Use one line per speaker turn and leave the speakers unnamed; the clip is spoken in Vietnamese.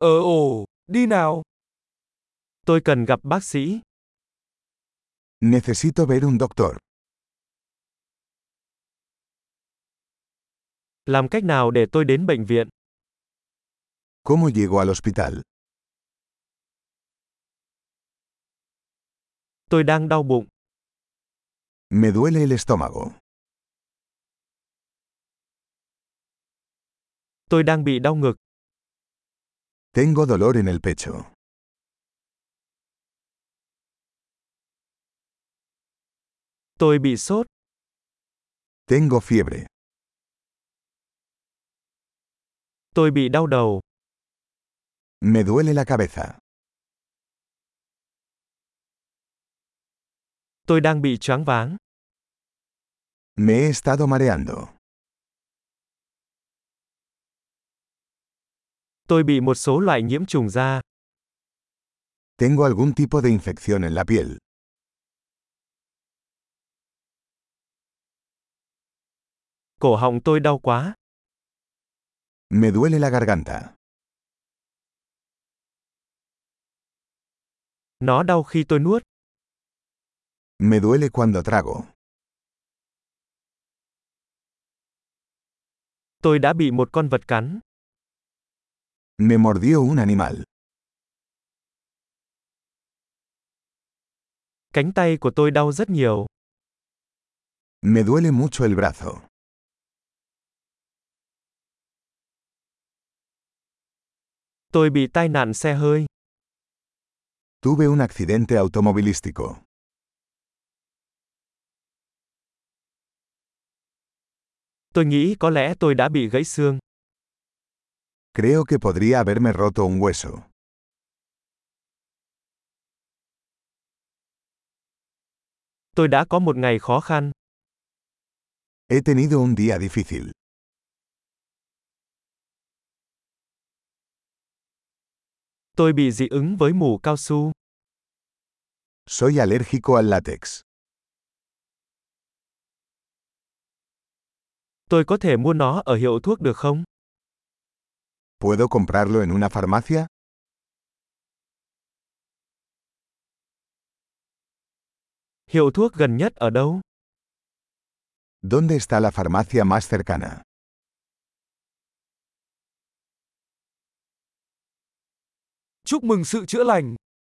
Ờ ồ, đi nào.
Tôi cần gặp bác sĩ.
Necesito ver un doctor.
Làm cách nào để tôi đến bệnh viện?
¿Cómo llego al hospital?
Tôi đang đau bụng.
Me duele el estómago.
Tôi đang bị đau ngực.
Tengo dolor en el pecho.
Tôi bị sốt.
Tengo fiebre.
Tôi bị đau đầu.
Me duele la cabeza.
Tôi đang bị choáng váng.
Me he estado mareando.
Tôi bị một số loại nhiễm trùng da.
Tengo algún tipo de infección en la piel.
Cổ họng tôi đau quá.
Me duele la garganta.
Nó đau khi tôi nuốt.
Me duele cuando trago.
Tôi đã bị một con vật cắn.
Me mordió un animal.
Cánh tay của tôi đau rất nhiều.
Me duele mucho el brazo.
Tôi bị tai nạn xe hơi.
Tuve un accidente automovilístico.
Tôi nghĩ có lẽ tôi đã bị gãy xương.
Creo que podría haberme roto un hueso.
Tôi đã có một ngày khó khăn.
He tenido un día difícil.
Tôi bị dị ứng với mủ cao su.
Soy alérgico al látex.
Tôi có thể mua nó ở hiệu thuốc được không?
¿Puedo comprarlo en una farmacia?
Hiệu thuốc gần nhất ở đâu?
¿Dónde está la farmacia más cercana?
Chúc mừng sự chữa lành.